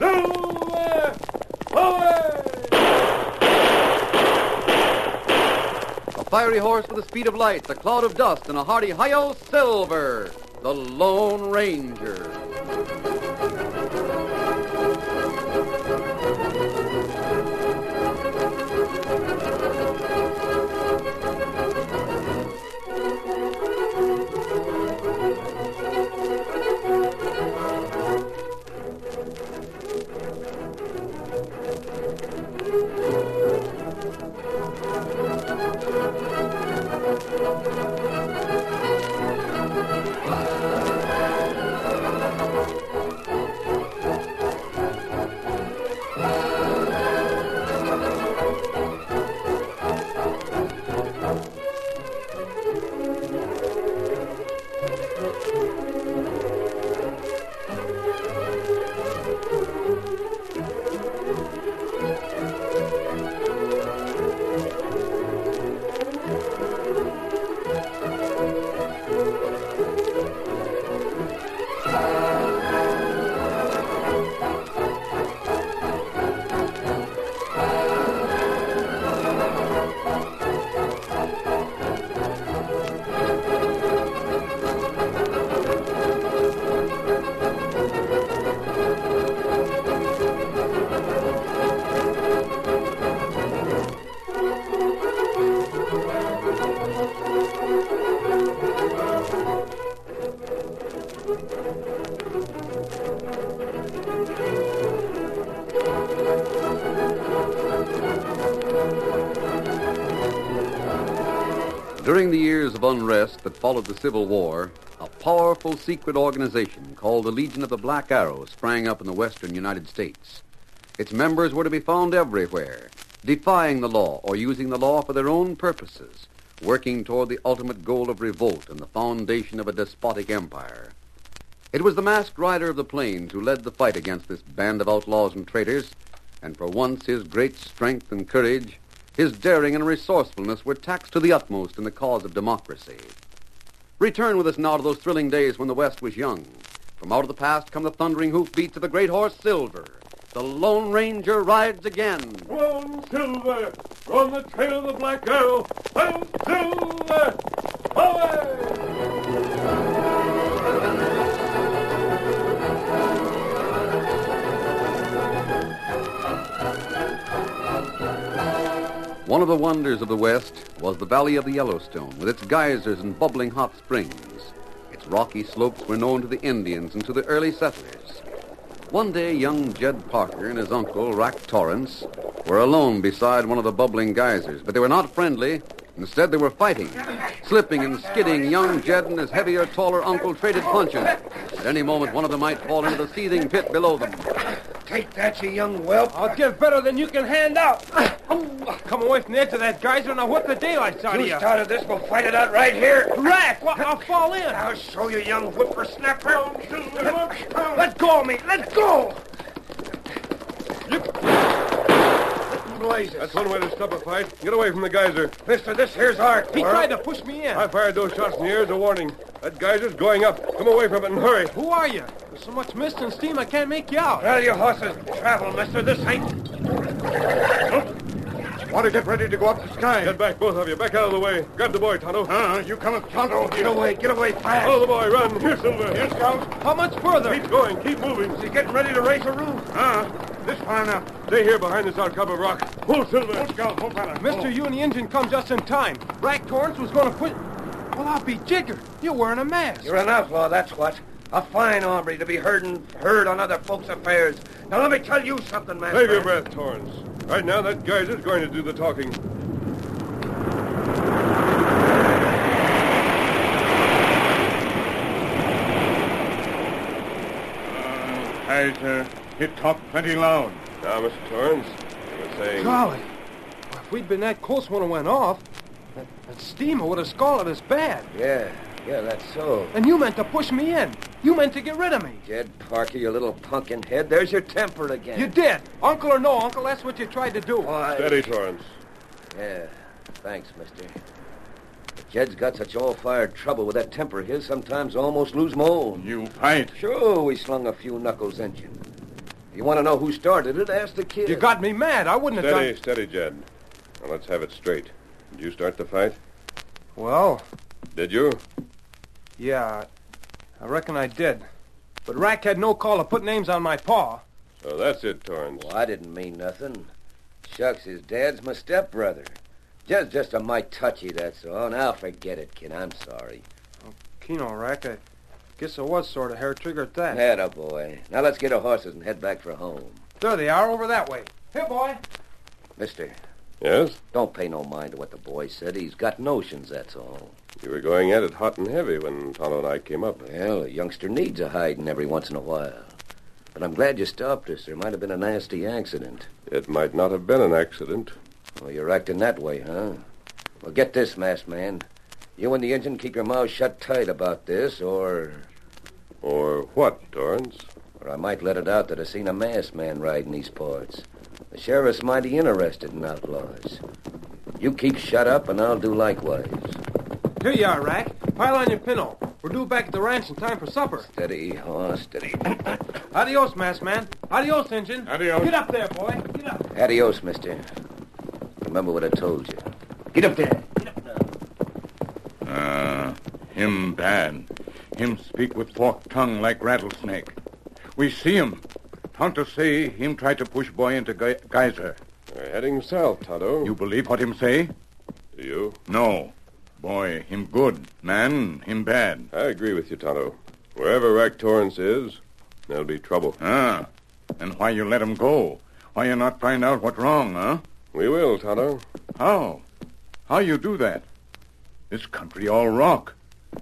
Nowhere! Away! A fiery horse with the speed of light, a cloud of dust, and a hearty hi-yo silver. The Lone Ranger. During the years of unrest that followed the Civil War, a powerful secret organization called the Legion of the Black Arrow sprang up in the western United States. Its members were to be found everywhere, defying the law or using the law for their own purposes, working toward the ultimate goal of revolt and the foundation of a despotic empire. It was the masked rider of the plains who led the fight against this band of outlaws and traitors, and for once his great strength and courage, his daring and resourcefulness were taxed to the utmost in the cause of democracy. Return with us now to those thrilling days when the West was young. From out of the past come the thundering hoofbeats of the great horse Silver. The Lone Ranger rides again. Run, Silver! Run the trail of the Black Arrow! Run, Silver! Away! One of the wonders of the West was the Valley of the Yellowstone, with its geysers and bubbling hot springs. Its rocky slopes were known to the Indians and to the early settlers. One day, young Jed Parker and his uncle, Rack Torrance, were alone beside one of the bubbling geysers, but they were not friendly. Instead, they were fighting. Slipping and skidding, young Jed and his heavier, taller uncle traded punches. At any moment, one of them might fall into the seething pit below them. Take that, you young whelp. I'll give better than you can hand out. Come away from the edge of that geyser and I'll whip the daylights out of You you. started this. We'll fight it out right here. Rack, well, I'll fall in. I'll show you, young whippersnapper. Let go of me. Let go. Blazes. That's one way to stop a fight. Get away from the geyser. Mister, this here's art. He tried to push me in. I fired those shots in the air as a warning. That geyser's going up. Come away from it and hurry. Who are you? There's so much mist and steam I can't make you out. Well, you horses travel, mister. This ain't... Want to get ready to go up the sky. Get back, both of you. Back out of the way. Grab the boy, Tonto. Uh, you come up, Tonto. Get away. Get away fast. Follow the boy. Run. Here, Silver. Here, Scout. How much further? Keep going. Keep moving. He's getting ready to raise a roof. Uh, this far enough. Stay here behind this outcrop of rock. Hold, Silver. Hold, Scout. Hold, fella. Mister, you and the engine come just in time. Rack Torrance was going to put... Well, I'll be jiggered. You're wearing a mask. You're an outlaw, that's what. A fine hombre to be heard and heard on other folks' affairs. Now, let me tell you something, man. Save your breath, Torrance. Right now, that geyser's going to do the talking. Uh, I, sir. It talked plenty loud. Now, Mr. Torrance, you were saying... Golly. Well, if we'd been that close when it went off, that, that steamer would have scalded us bad. Yeah, yeah, that's so. And you meant to push me in. You meant to get rid of me. Jed Parker, you little pumpkin head. There's your temper again. You did. Uncle or no uncle, that's what you tried to do. Why? Steady, Torrance. Yeah, thanks, mister. But Jed's got such all-fired trouble with that temper of his, sometimes I almost lose my own. You fight. Sure, we slung a few knuckles at you. you want to know who started it, ask the kid. You got me mad. I wouldn't have Steady, done. steady, Jed. Now let's have it straight. Did you start the fight? Well, Did you? yeah, I reckon I did. But Rack had no call to put names on my paw. So Oh, that's it, Torrance. Well, I didn't mean nothing. Shucks, his dad's my stepbrother. Just, just a mite touchy, that's all. Now forget it, kid. I'm sorry. Keno Rack, I guess I was sort of hair trigger at that. Atta boy. Now let's get our horses and head back for home. There they are over that way. Here, boy. Mister, Yes? don't pay no mind to what the boy said. He's got notions, that's all. You were going at it hot and heavy when Tonto and I came up. Well, a youngster needs a hiding every once in a while. But I'm glad you stopped us. There might have been a nasty accident. It might not have been an accident. Well, you're acting that way, huh? Well, get this, masked man. You and the engine keep your mouths shut tight about this, or Or what, Torrance? or I might let it out that I seen a masked man riding these parts. The sheriff's mighty interested in outlaws. You keep shut up, and I'll do likewise. Here you are, Rack. Pile on your pinto. We're due back at the ranch in time for supper. Steady, horse, steady. Adios, masked man. Adios, engine. Adios. Get up there, boy. Get up. Adios, mister. Remember what I told you. Get up there. Ah, him bad. Him speak with forked tongue like rattlesnake. We see him. Tonto say him try to push boy into gey- geyser. We're heading south, Tonto. You believe what him say? Do you? No. Boy, him good. Man, him bad. I agree with you, Tonto. Wherever Rack Torrance is, there'll be trouble. Ah, and why you let him go? Why you not find out what wrong, huh? We will, Tonto. How? How you do that? This country all rock.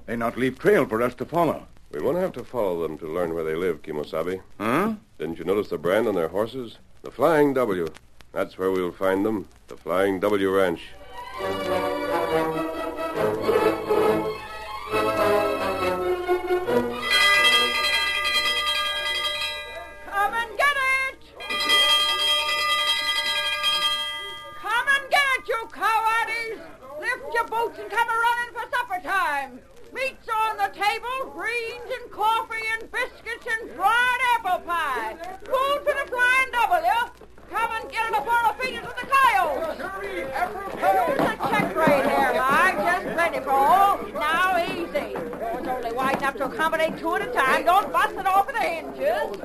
They not leave trail for us to follow. We won't have to follow them to learn where they live, Kimosabe. Huh? Didn't you notice the brand on their horses? The Flying W. That's where we'll find them. The Flying W Ranch. Come and get it! Come and get it, you cowardies! Lift your boots and come a running for supper time. Meat's on the table, greens and coffee and biscuits and fried apple pie. Food for the flying W. Come and get it before the feet of the coyotes. Here's a check right here, Mike. Just plenty for all. Now easy. Oh, it's only wide enough to accommodate two at a time. Don't bust it off at the hinges.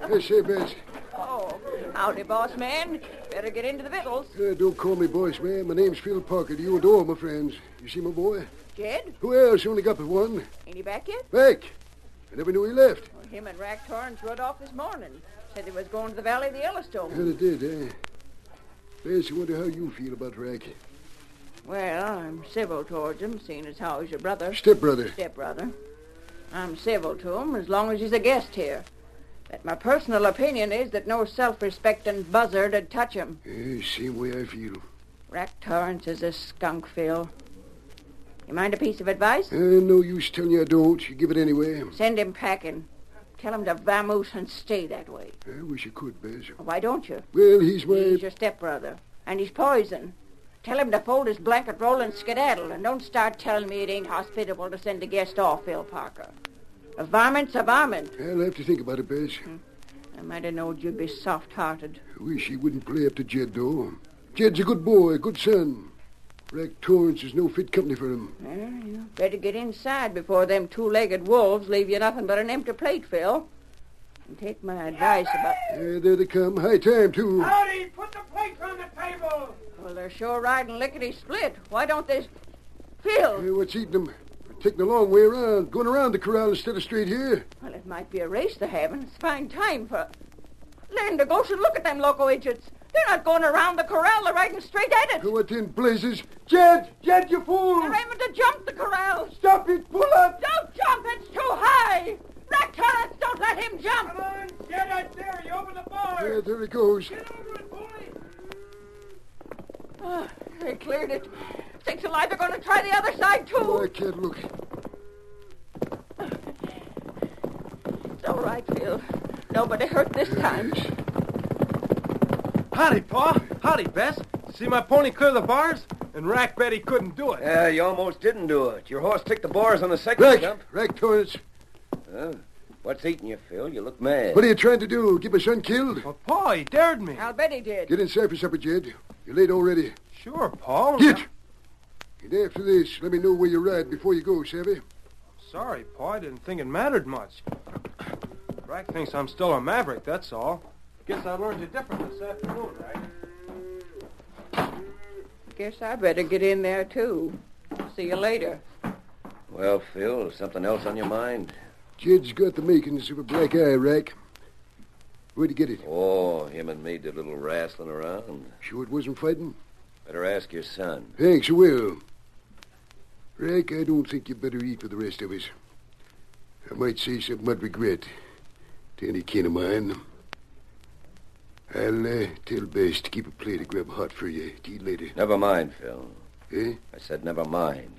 Yes, say, Bess. Oh, howdy, boss man. Better get into the victuals. Uh, don't call me boss, man. My name's Phil Parker. You and all my friends. You see my boy? Jed, Who else? Only got but one. ain't he back yet? Beck. I never knew he left. Well, him and Rack Torrance rode off this morning. Said they was going to the Valley of the Yellowstone. Kind of did, eh? Bess, I wonder how you feel about Rack. Well, I'm civil towards him, seeing as how he's your brother, Stepbrother. stepbrother. I'm civil to him as long as he's a guest here. But my personal opinion is that no self-respecting buzzard would touch him. Yeah, Eh, same way I feel. Rack Torrance is a skunk, Phil. You mind a piece of advice? Uh, no use telling you I don't. You give it anyway. Send him packing. Tell him to vamoose and stay that way. I wish you could, Bess. Why don't you? Well, he's my... He's your stepbrother, and he's poison. Tell him to fold his blanket roll and skedaddle, and don't start telling me it ain't hospitable to send a guest off, Phil Parker. A varmint's a varmint. Hmm. I'll have to think about it, Bess. I might have known you'd be soft-hearted. I wish he wouldn't play up to Jed, though. Jed's a good boy, a good son. Rack Torrance is no fit company for him. Well, you better get inside before them two-legged wolves leave you nothing but an empty plate, Phil. And take my advice about... Uh, there they come. High time, too. Howdy, put the plates on the table. Well, they're sure riding lickety-split. Why don't they... Phil! Hey, what's eating them? Taking a long way around, going around the corral instead of straight here. Well, it might be a race they're having. It's fine time for. Land of Goshen, look at them loco idiots. They're not going around the corral. They're riding straight at it. Oh, What in blazes? Jed, Jed, you fool! They're aiming to jump the corral. Stop it! Pull up! Don't jump. It's too high. Black Torrance, don't let him jump. on, Jed, out there! You open the bar! Yeah, there he goes. Ah, they cleared it. Six alive. They're going to try the other side, Oh, I too. can't look. It's all right, Phil. Nobody hurt this time. Yes. Howdy, Pa! Howdy, Bess! See my pony clear the bars? And Rack bet he couldn't do it. Yeah, you almost didn't do it. Your horse took the bars on the second Rack, jump. Rack Torrance. Huh? What's eating you, Phil? You look mad. What are you trying to do? Get my son killed? But, Pa, he dared me. I'll bet he did. Get inside for supper, Jed. You're late already. Sure, Paul. Get! And after this, let me know where you ride before you go, savvy? Sorry, Pa, I didn't think it mattered much. Rack thinks I'm still a maverick, that's all. Guess I learned you different this afternoon, Rack. Guess I better get in there, too. See you later. Well, Phil, something else on your mind? Jed's got the makings of a black eye, Rack. Where'd you get it? Oh, him and me did a little wrestling around. Sure it wasn't fighting? Better ask your son. Thanks, I will. Rack, I don't think you better eat with the rest of us. I might say something I'd regret to any kin of mine. I'll uh, tell Bess to keep a plate of grub hot for you to eat later. Never mind, Phil. Eh? I said never mind.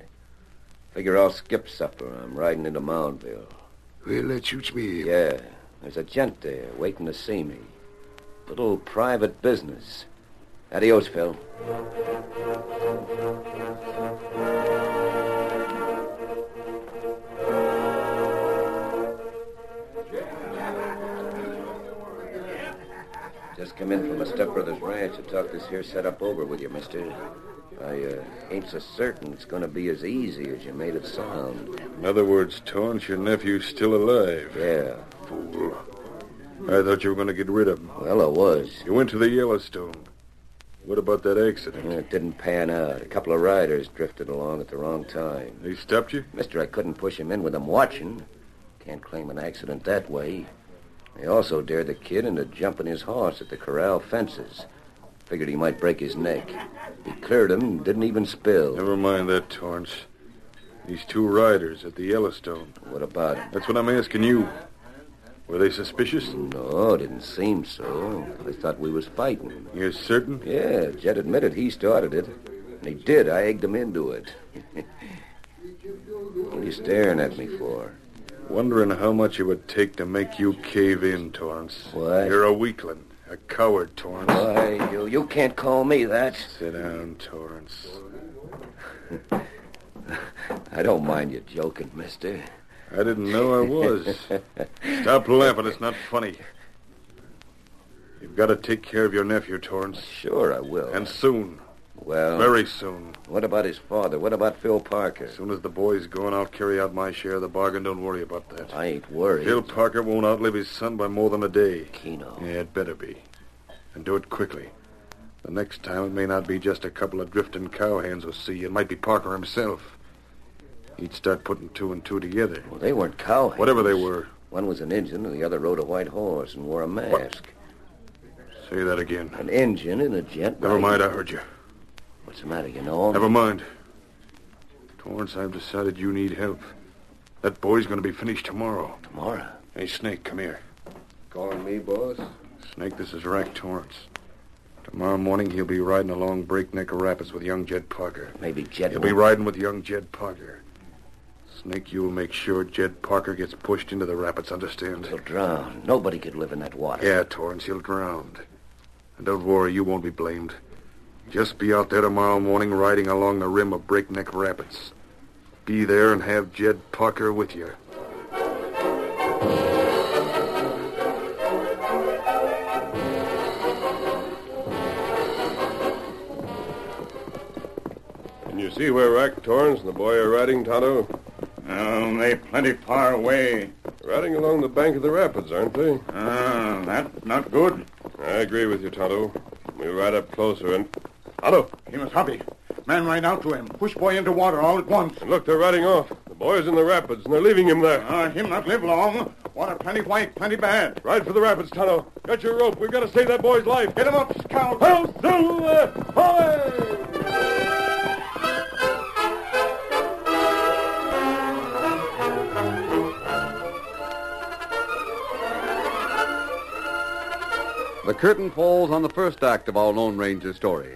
Figure I'll skip supper. I'm riding into Moundville. Well, that suits me. Yeah, there's a gent there waiting to see me. Little private business. Adios, Phil. Just come in from a stepbrother's ranch to talk this here setup over with you, mister. I uh, ain't so certain it's going to be as easy as you made it sound. In other words, Torrance, your nephew's still alive. Yeah, Fool. I thought you were going to get rid of him. well, I was. You went to the Yellowstone. What about that accident? Yeah, It didn't pan out. A couple of riders drifted along at the wrong time. They stopped you? Mister, I couldn't push him in with them watching. Can't claim an accident that way. They also dared the kid into jumping his horse at the corral fences. Figured he might break his neck. He cleared him and didn't even spill. Never mind that, Torrance. These two riders at the Yellowstone. What about him? That's what I'm asking you. Were they suspicious? No, didn't seem so. Oh, I thought we was fighting. You're certain? Yeah, Jed admitted he started it. And he did. I egged him into it. what are you staring at me for? Wondering how much it would take to make you cave in, Torrance. What? You're a weakling. A coward, Torrance. Why, you, you can't call me that. Sit down, Torrance. I don't mind you joking, mister. I didn't know Oh, I was. Stop laughing. It's not funny. You've got to take care of your nephew, Torrance. Sure, I will. And soon. well, Very soon. what about his father? What about Phil Parker? As soon as the boy's gone, I'll carry out my share of the bargain. Don't worry about that. I ain't worried. Phil Parker won't outlive his son by more than a day. Keno. Yeah, it better be. And do it quickly. The next time it may not be just a couple of drifting cowhands will see you. It might be Parker himself. He'd start putting two and two together. Well, they weren't cowhands. Whatever they were. One was an Indian, and the other rode a white horse and wore a mask. Say that again. An Indian and a gent. Never riding- mind, I heard you. What's the matter? You know him? Never mind. Torrance, I've decided you need help. That boy's going to be finished tomorrow. Tomorrow. Hey, Snake, come here. Calling me, boss? Snake, this is Rack Torrance. Tomorrow morning, he'll be riding along Breakneck Rapids with young Jed Parker. Maybe Jed. He'll be won't- riding with young Jed Parker. Snake, you'll make sure Jed Parker gets pushed into the rapids, understand? He'll drown. Nobody could live in that water. Yeah, Torrance, he'll drown. And don't worry, you won't be blamed. Just be out there tomorrow morning riding along the rim of Breakneck Rapids. Be there and have Jed Parker with you. And you see where Rack Torrance and the boy are riding, Tonto? Oh, they plenty far away. Riding along the bank of the rapids, aren't they? Ah, that not good. I agree with you, Tonto. We'll ride up closer and... Tonto! He must hurry. Man ran out to him. Push boy into water all at once. And look, they're riding off. The boy's in the rapids, and they're leaving him there. Ah, him not live long. Water plenty white, plenty bad. Ride for the rapids, Tonto. Get your rope. We've got to save that boy's life. Get him up, scout. Help, Silver! Hoy! The curtain falls on the first act of our Lone Ranger story.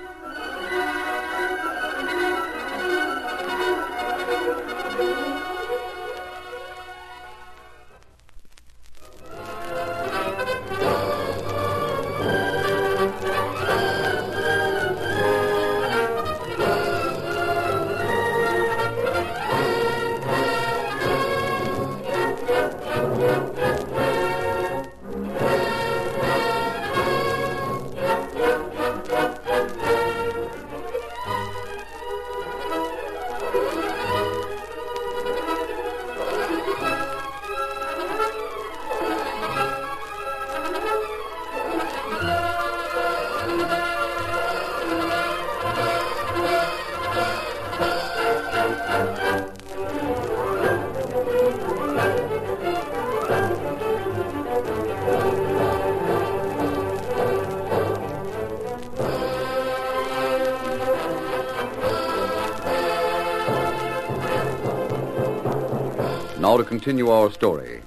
Now to continue our story.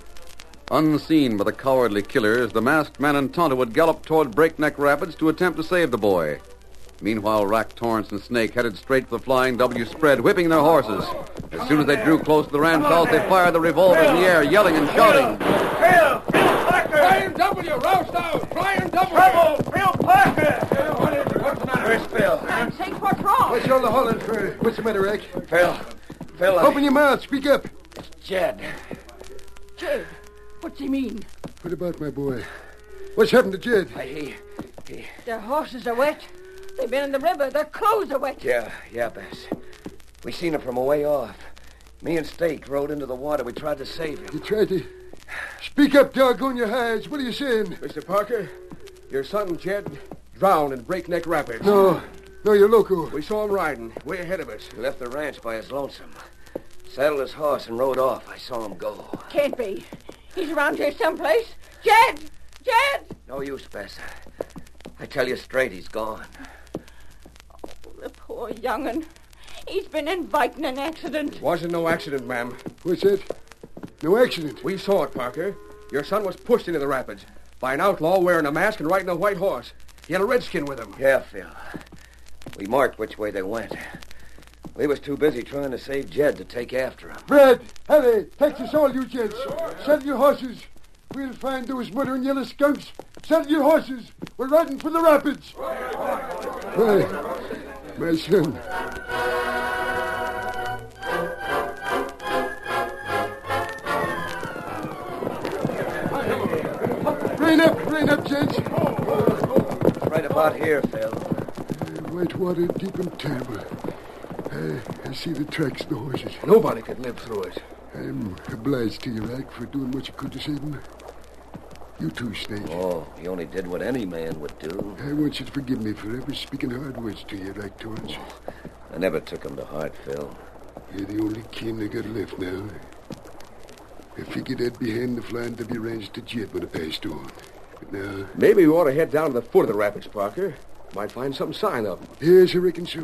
Unseen by the cowardly killers, the masked man and Tonto would gallop toward Breakneck Rapids to attempt to save the boy. Meanwhile, Rack, Torrance, and Snake headed straight for the flying W spread, whipping their horses. As soon as they drew close to the Ransals, they fired their revolvers in the air, yelling and shouting. Phil! Phil Parker! W, roust out! Flying W! Trouble! Phil Parker! What's the matter? Where's Phil? I'm saying what's wrong. What's all the hollering for? What's the matter, Rack? Phil. Phil, I... Open your mouth. Speak up. Jed. Jed, what's he mean? What about my boy? What's happened to Jed? I, he... Their horses are wet. They've been in the river. Their clothes are wet. Yeah, yeah, Bess. We seen him from away off. Me and Stake rode into the water. We tried to save him. You tried to... Speak up, doggone your hides. What are you saying? Mr. Parker, your son Jed drowned in Breakneck Rapids. No. No, you're loco. We saw him riding way ahead of us. He left the ranch by his lonesome. Saddled his horse and rode off. I saw him go. Can't be. He's around here someplace. Jed! Jed! No use, Bess. I tell you straight, he's gone. The poor young'un. He's been inviting an accident. Wasn't no accident, ma'am. What's that? No accident. We saw it, Parker. Your son was pushed into the rapids by an outlaw wearing a mask and riding a white horse. He had a redskin with him. Yeah, Phil. We marked which way they went. We was too busy trying to save Jed to take after him. Fred, Harry, take us all, you gents. Saddle your horses. We'll find those muttering yellow skunks. Saddle your horses. We're riding for the rapids. Why, my son. Rein up, rein up, gents. Right about here, Phil. White water deep and terrible. I, I see the tracks of the horses. Nobody could live through it. I'm obliged to you, Rack, for doing what you could to save him. You too, Snake. Oh, he only did what any man would do. I want you to forgive me for ever speaking hard words to you, Rack Torrance. I never took him to heart, Phil. You're the only kin I got left now. I figured I'd be handing the flying W ranch to Jed when I passed on. But now, Maybe we ought to head down to the foot of the rapids, Parker. Might find some sign of him. yes, I reckon so.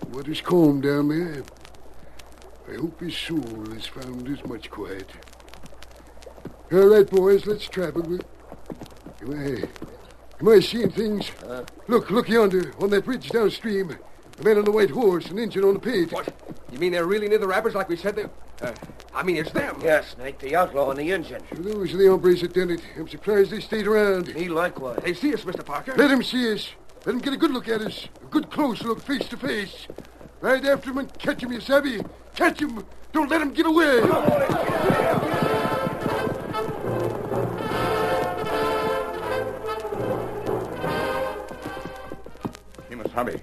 The water's calm down there. I hope his soul has found as much quiet. All right, boys, let's travel. We- Am I, am I seeing things? Uh. look, look yonder, on that ridge downstream. A man on a white horse, an engine on a pig. What? You mean they're really near the rapids like we said they... Uh, I mean, it's them. Yeah, Snake, the outlaw and the engine. Those are the hombres that done it. I'm surprised they stayed around. Me likewise. They see us, Mr. Parker. Let 'em see us. Let 'em get a good look at us. A good close look, face to face. Ride after 'em and catch 'em, you savvy. Catch 'em. Don't let 'em get away. He must hurry.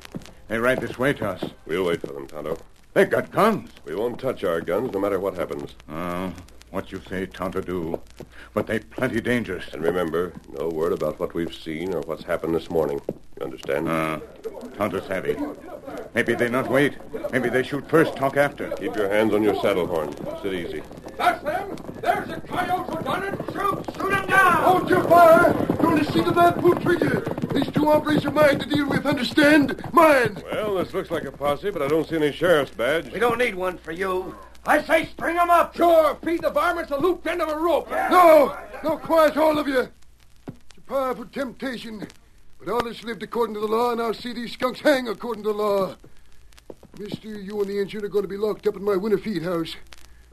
They ride this way to us. We'll wait for them, Tonto. They got guns. We won't touch our guns no matter what happens. Oh, what you say, Tonto do. But they plenty dangerous. And remember, no word about what we've seen or what's happened this morning. You understand? Uh, Tonto savvy. Maybe they not wait. Maybe they shoot first, talk after. Keep your hands on your saddle horn. Sit easy. That's them. There's a coyote who done it. Shoot, shoot him Hold your fire. Don't listen to that poor trigger. These two hombres are mine to deal with, understand? Mine. Well, this looks like a posse, but I don't see any sheriff's badge. We don't need one for you. I say string them up. Sure, feed the varmints a looped end of a rope. No. No, quiet, all of you. It's a powerful temptation. But all that's lived according to the law, and I'll see these skunks hang according to the law. Mister, you and the engine are going to be locked up in my winter feed house.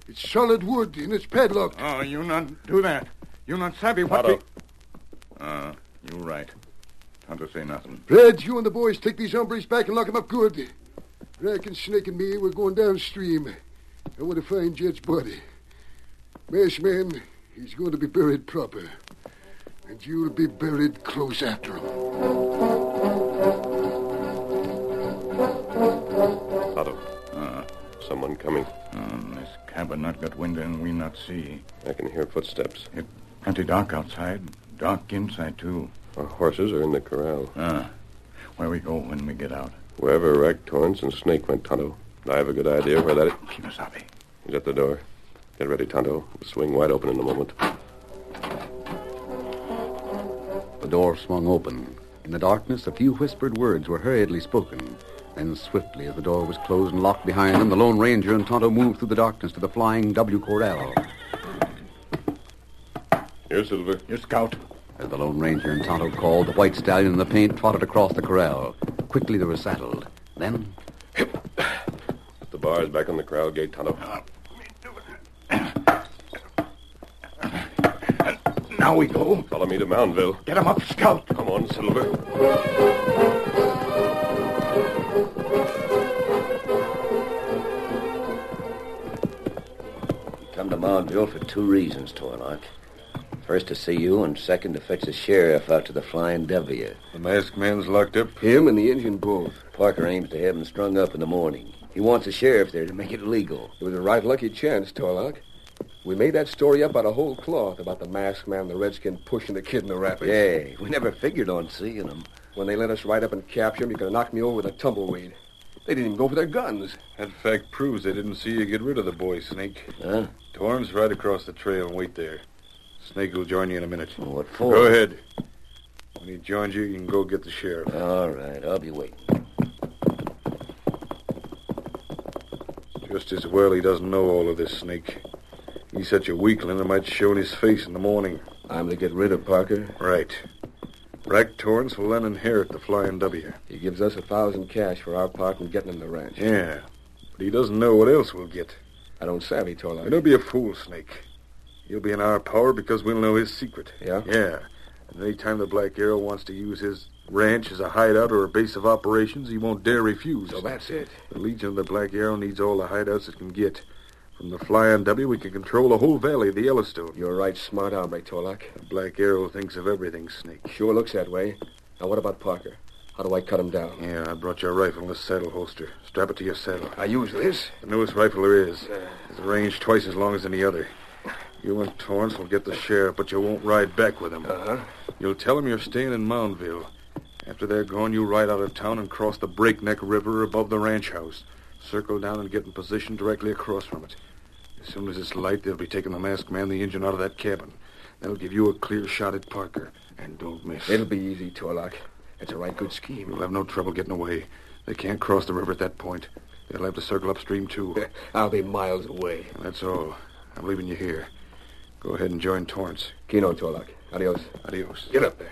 It's solid wood, and it's padlocked. Oh, you not do that. You not savvy what Tonto, be- Uh, you right. Tonto say nothing. Red, you and the boys take these hombres back and lock 'em up good. Rack and Snake and me, we're going downstream. I want to find Jed's body. Mash man, he's going to be buried proper. And you'll be buried close after him. Tonto. Someone coming. Um, this cabin not got wind and we not see. I can hear footsteps. It plenty dark outside. Dark inside, too. Our horses are in the corral. Ah, where we go when we get out. Wherever Rack, Torrance, and Snake went, Tonto. I have a good idea where that is. Kimasabi. He's at the door. Get ready, Tonto. We'll swing wide open in a moment. The door swung open. In the darkness, a few whispered words were hurriedly spoken. Then, swiftly, as the door was closed and locked behind them, the Lone Ranger and Tonto moved through the darkness to the flying W Corral. Here, Silver. You scout. As the Lone Ranger and Tonto called, the white stallion in the paint trotted across the corral. Quickly they were saddled. Then, Put the bars back on the corral gate, Tonto. Now we go. Follow me to Moundville. Get him up, scout. Come on, Silver. Come to Moundville for two reasons, Torlock. First, to see you, and second, to fetch the sheriff out to the Flying W. The masked man's locked up. Him and the Indian both. Parker aims to have him strung up in the morning. He wants the sheriff there to make it legal. It was a right lucky chance, Torlock. We made that story up out of whole cloth about the masked man and the redskin pushing the kid in the rapids. Yeah, we never figured on seeing him. When they let us ride up and capture him, you could have knocked me over with a tumbleweed. They didn't even go for their guns. That fact proves they didn't see you get rid of the boy, Snake. Huh? Torn's right across the trail and wait there. Snake will join you in a minute. Well, what for? Go ahead. When he joins you, you can go get the sheriff. All right, I'll be waiting. Just as well he doesn't know all of this, Snake. He's such a weakling, it might show in his face in the morning. I'm to get rid of Parker. Right. Rack Torrance will then inherit the Flying W. He gives us a thousand cash for our part in getting him the ranch. Yeah. But he doesn't know what else we'll get. I don't savvy, Now, Torlock. Don't be a fool, Snake. He'll be in our power because we'll know his secret. Yeah? Yeah. And any time the Black Arrow wants to use his ranch as a hideout or a base of operations, he won't dare refuse. So that's it. The Legion of the Black Arrow needs all the hideouts it can get. From the Flying W, we can control the whole valley of the Yellowstone. You're right, smart hombre, Torlock. The Black Arrow thinks of everything, Snake. Sure looks that way. Now, what about Parker? How do I cut him down? Yeah, I brought your rifle and this saddle holster. Strap it to your saddle. I use this. Uh. The newest rifle there is. It's range twice as long as any other. You and Torrance will get the sheriff, but you won't ride back with him. Uh-huh. You'll tell him you're staying in Moundville. After they're gone, you ride out of town and cross the Breakneck River above the ranch house. Circle down and get in position directly across from it. As soon as it's light, they'll be taking the masked man, and the engine, out of that cabin. That'll give you a clear shot at Parker. And don't miss. It'll be easy, Torlock. It's a right good scheme. You'll have no trouble getting away. They can't cross the river at that point. They'll have to circle upstream, too. I'll be miles away. That's all. I'm leaving you here. Go ahead and join Torrance. Kino, Torlock. Adios. Adios. Get up there.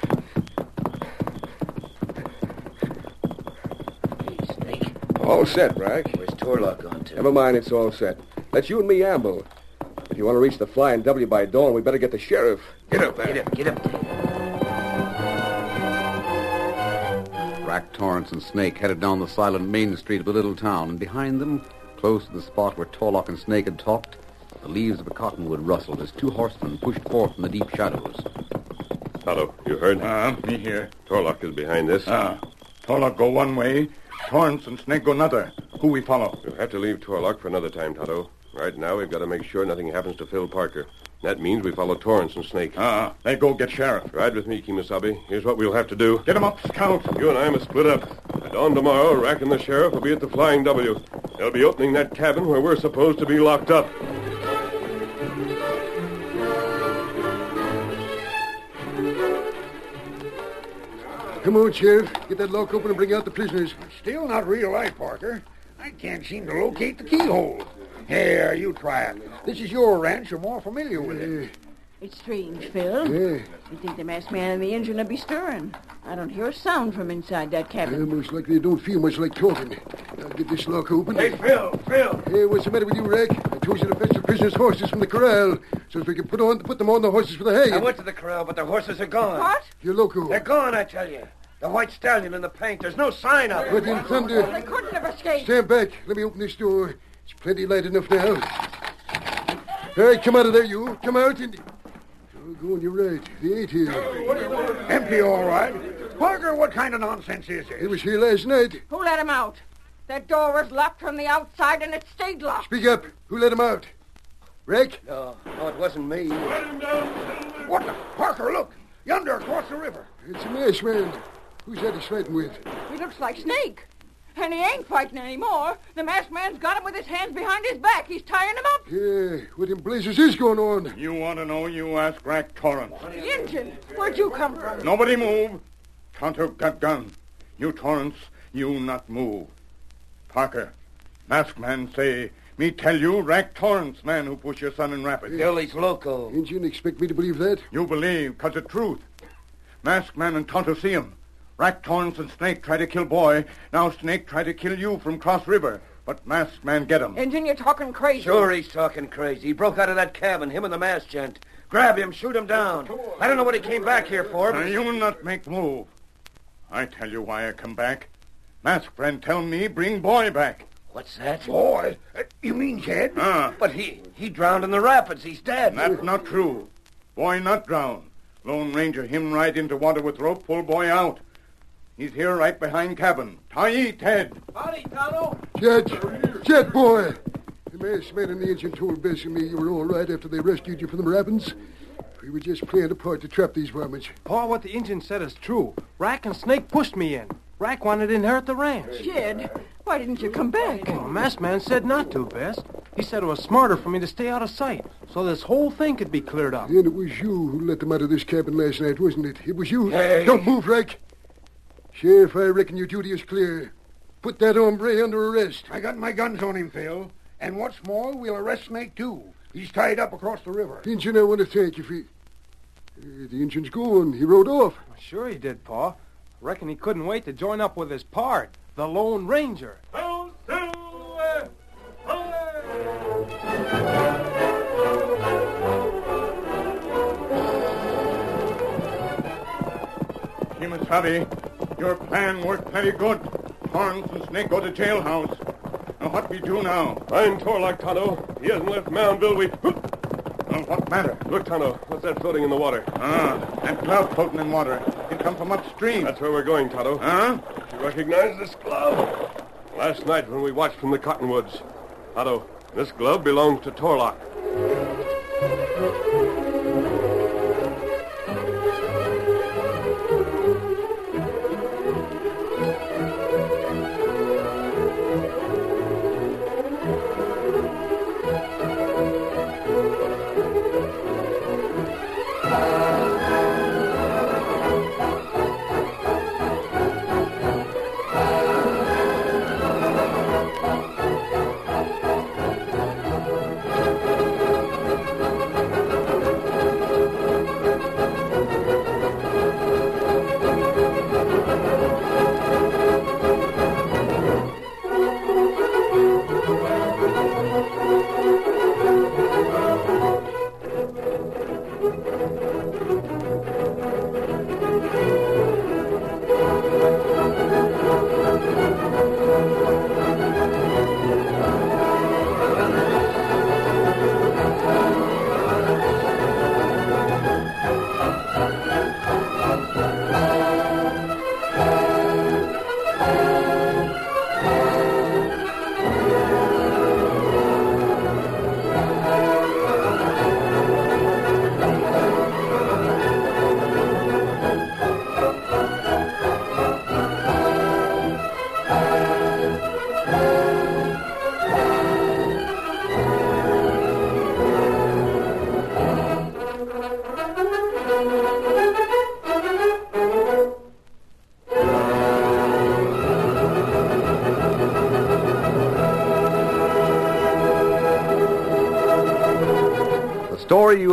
Hey, Snake, All set, Rack. where's Torlock gone to? Never mind, it's all set. Let you and me amble. If you want to reach the flying W by dawn, we better get the sheriff. Get up there. Get up, get up. Rack Torrance and Snake headed down the silent main street of the little town, and behind them, close to the spot where Torlock and Snake had talked, the leaves of a cottonwood rustled as two horsemen pushed forth from the deep shadows. Tonto, you heard? Ah, me here. Torlock is behind this. Ah. Torlock go one way. Torrance and Snake go another. Who we follow? We'll have to leave Torlock for another time, Tonto. Right now, we've got to make sure nothing happens to Phil Parker. That means we follow Torrance and Snake. Ah, they go get sheriff. Ride with me, Kimasabi. Here's what we'll have to do. Get him up, scout. You and I must split up. At dawn tomorrow, Rack and the sheriff will be at the Flying W. They'll be opening that cabin where we're supposed to be locked up. Come on, Sheriff. Get that lock open and bring out the prisoners. Still not real life, Parker. I can't seem to locate the keyhole. Here, you try it. This is your ranch. You're more familiar with it. It's strange, Phil. Yeah, You think the masked man and the engine would be stirring? I don't hear a sound from inside that uh, cabin. most likely they don't feel much like talking. I'll get this lock open. Hey, Phil, Phil. Hey, what's the matter with you, Rack? I told you to fetch the prisoners' horses from the corral so that we can put on put them on the horses for the hay. I went to the corral, but the horses are gone. What? You're loco. They're gone, I tell you. The white stallion in the paint. There's no sign of it. What in They thunder? couldn't have escaped. Stand back. Let me open this door. It's plenty light enough now. All right, come out of there, you. Come out and... Oh, go on, you're right. They ain't here. Empty, all right. Parker, what kind of nonsense is They this? was here last night. Who let him out? That door was locked from the outside and it stayed locked. Speak up. Who let them out? Rack? No, no, it wasn't me. What the? Parker, look. Yonder, across the river. It's a masked man. Who's that he's fighting with? He looks like Snake. And he ain't fighting anymore. The masked man's got him with his hands behind his back. He's tying him up. Yeah, what in blazes is going on? You want to know, you ask Rack Torrance. The engine. Where'd you come from? Nobody move. Tonto got gun. You, Torrance, you not move. Parker, masked man say, me tell you, Rack Torrance man who push your son in rapids. Billy's loco. Didn't you expect me to believe that? You believe, 'cause the truth. Masked man and Tonto see him. Rack Torrance and Snake try to kill boy. Now Snake try to kill you from Cross River. But masked man get him. Engine, you're talking crazy. Sure, he's talking crazy. He broke out of that cabin, him and the masked gent. Grab him, shoot him down. I don't know what he came back here for. Now, you not make move. I tell you why I come back. Masked man tell me bring boy back. What's that? Boy? Uh, You mean Jed? Ah. But he he drowned in the rapids. He's dead. That's not true. Boy not drown. Lone Ranger him ride into water with rope, pull boy out. He's here right behind cabin. Tie Ted. Howdy, Tonto. Jet, Jet boy. The masked man and the engine told Bess and me you were all right after they rescued you from the rapids. We were just playing a part to trap these varmints. All what the Indian said is true. Rack and Snake pushed me in. Rack wanted to inherit the ranch. Jed, why didn't you come back? The masked man said not to, Bess. He said it was smarter for me to stay out of sight, so this whole thing could be cleared up. Then it was you who let them out of this cabin last night, wasn't it? It was you. Hey. Don't move, Rack. Sheriff, I reckon your duty is clear. Put that hombre under arrest. I got my guns on him, Phil. And what's more, we'll arrest Snake, too. He's tied up across the river. Engine, I want to thank you for... Uh, the engine's gone. He rode off. Sure he did, Pa. Reckon he couldn't wait to join up with his pard, the Lone Ranger. Kimasabi, your plan worked very good. Torrance and Snake go to jailhouse. Now what we do now? Find Torlock, Tonto. He hasn't left Moundville. We... Well, what matter? Look, Tonto, what's that floating in the water? Ah, that glove floating in water. It come from upstream. That's where we're going, Tonto. Huh? You recognize this glove? Last night when we watched from the cottonwoods. Tonto, this glove belongs to Torlock. The story you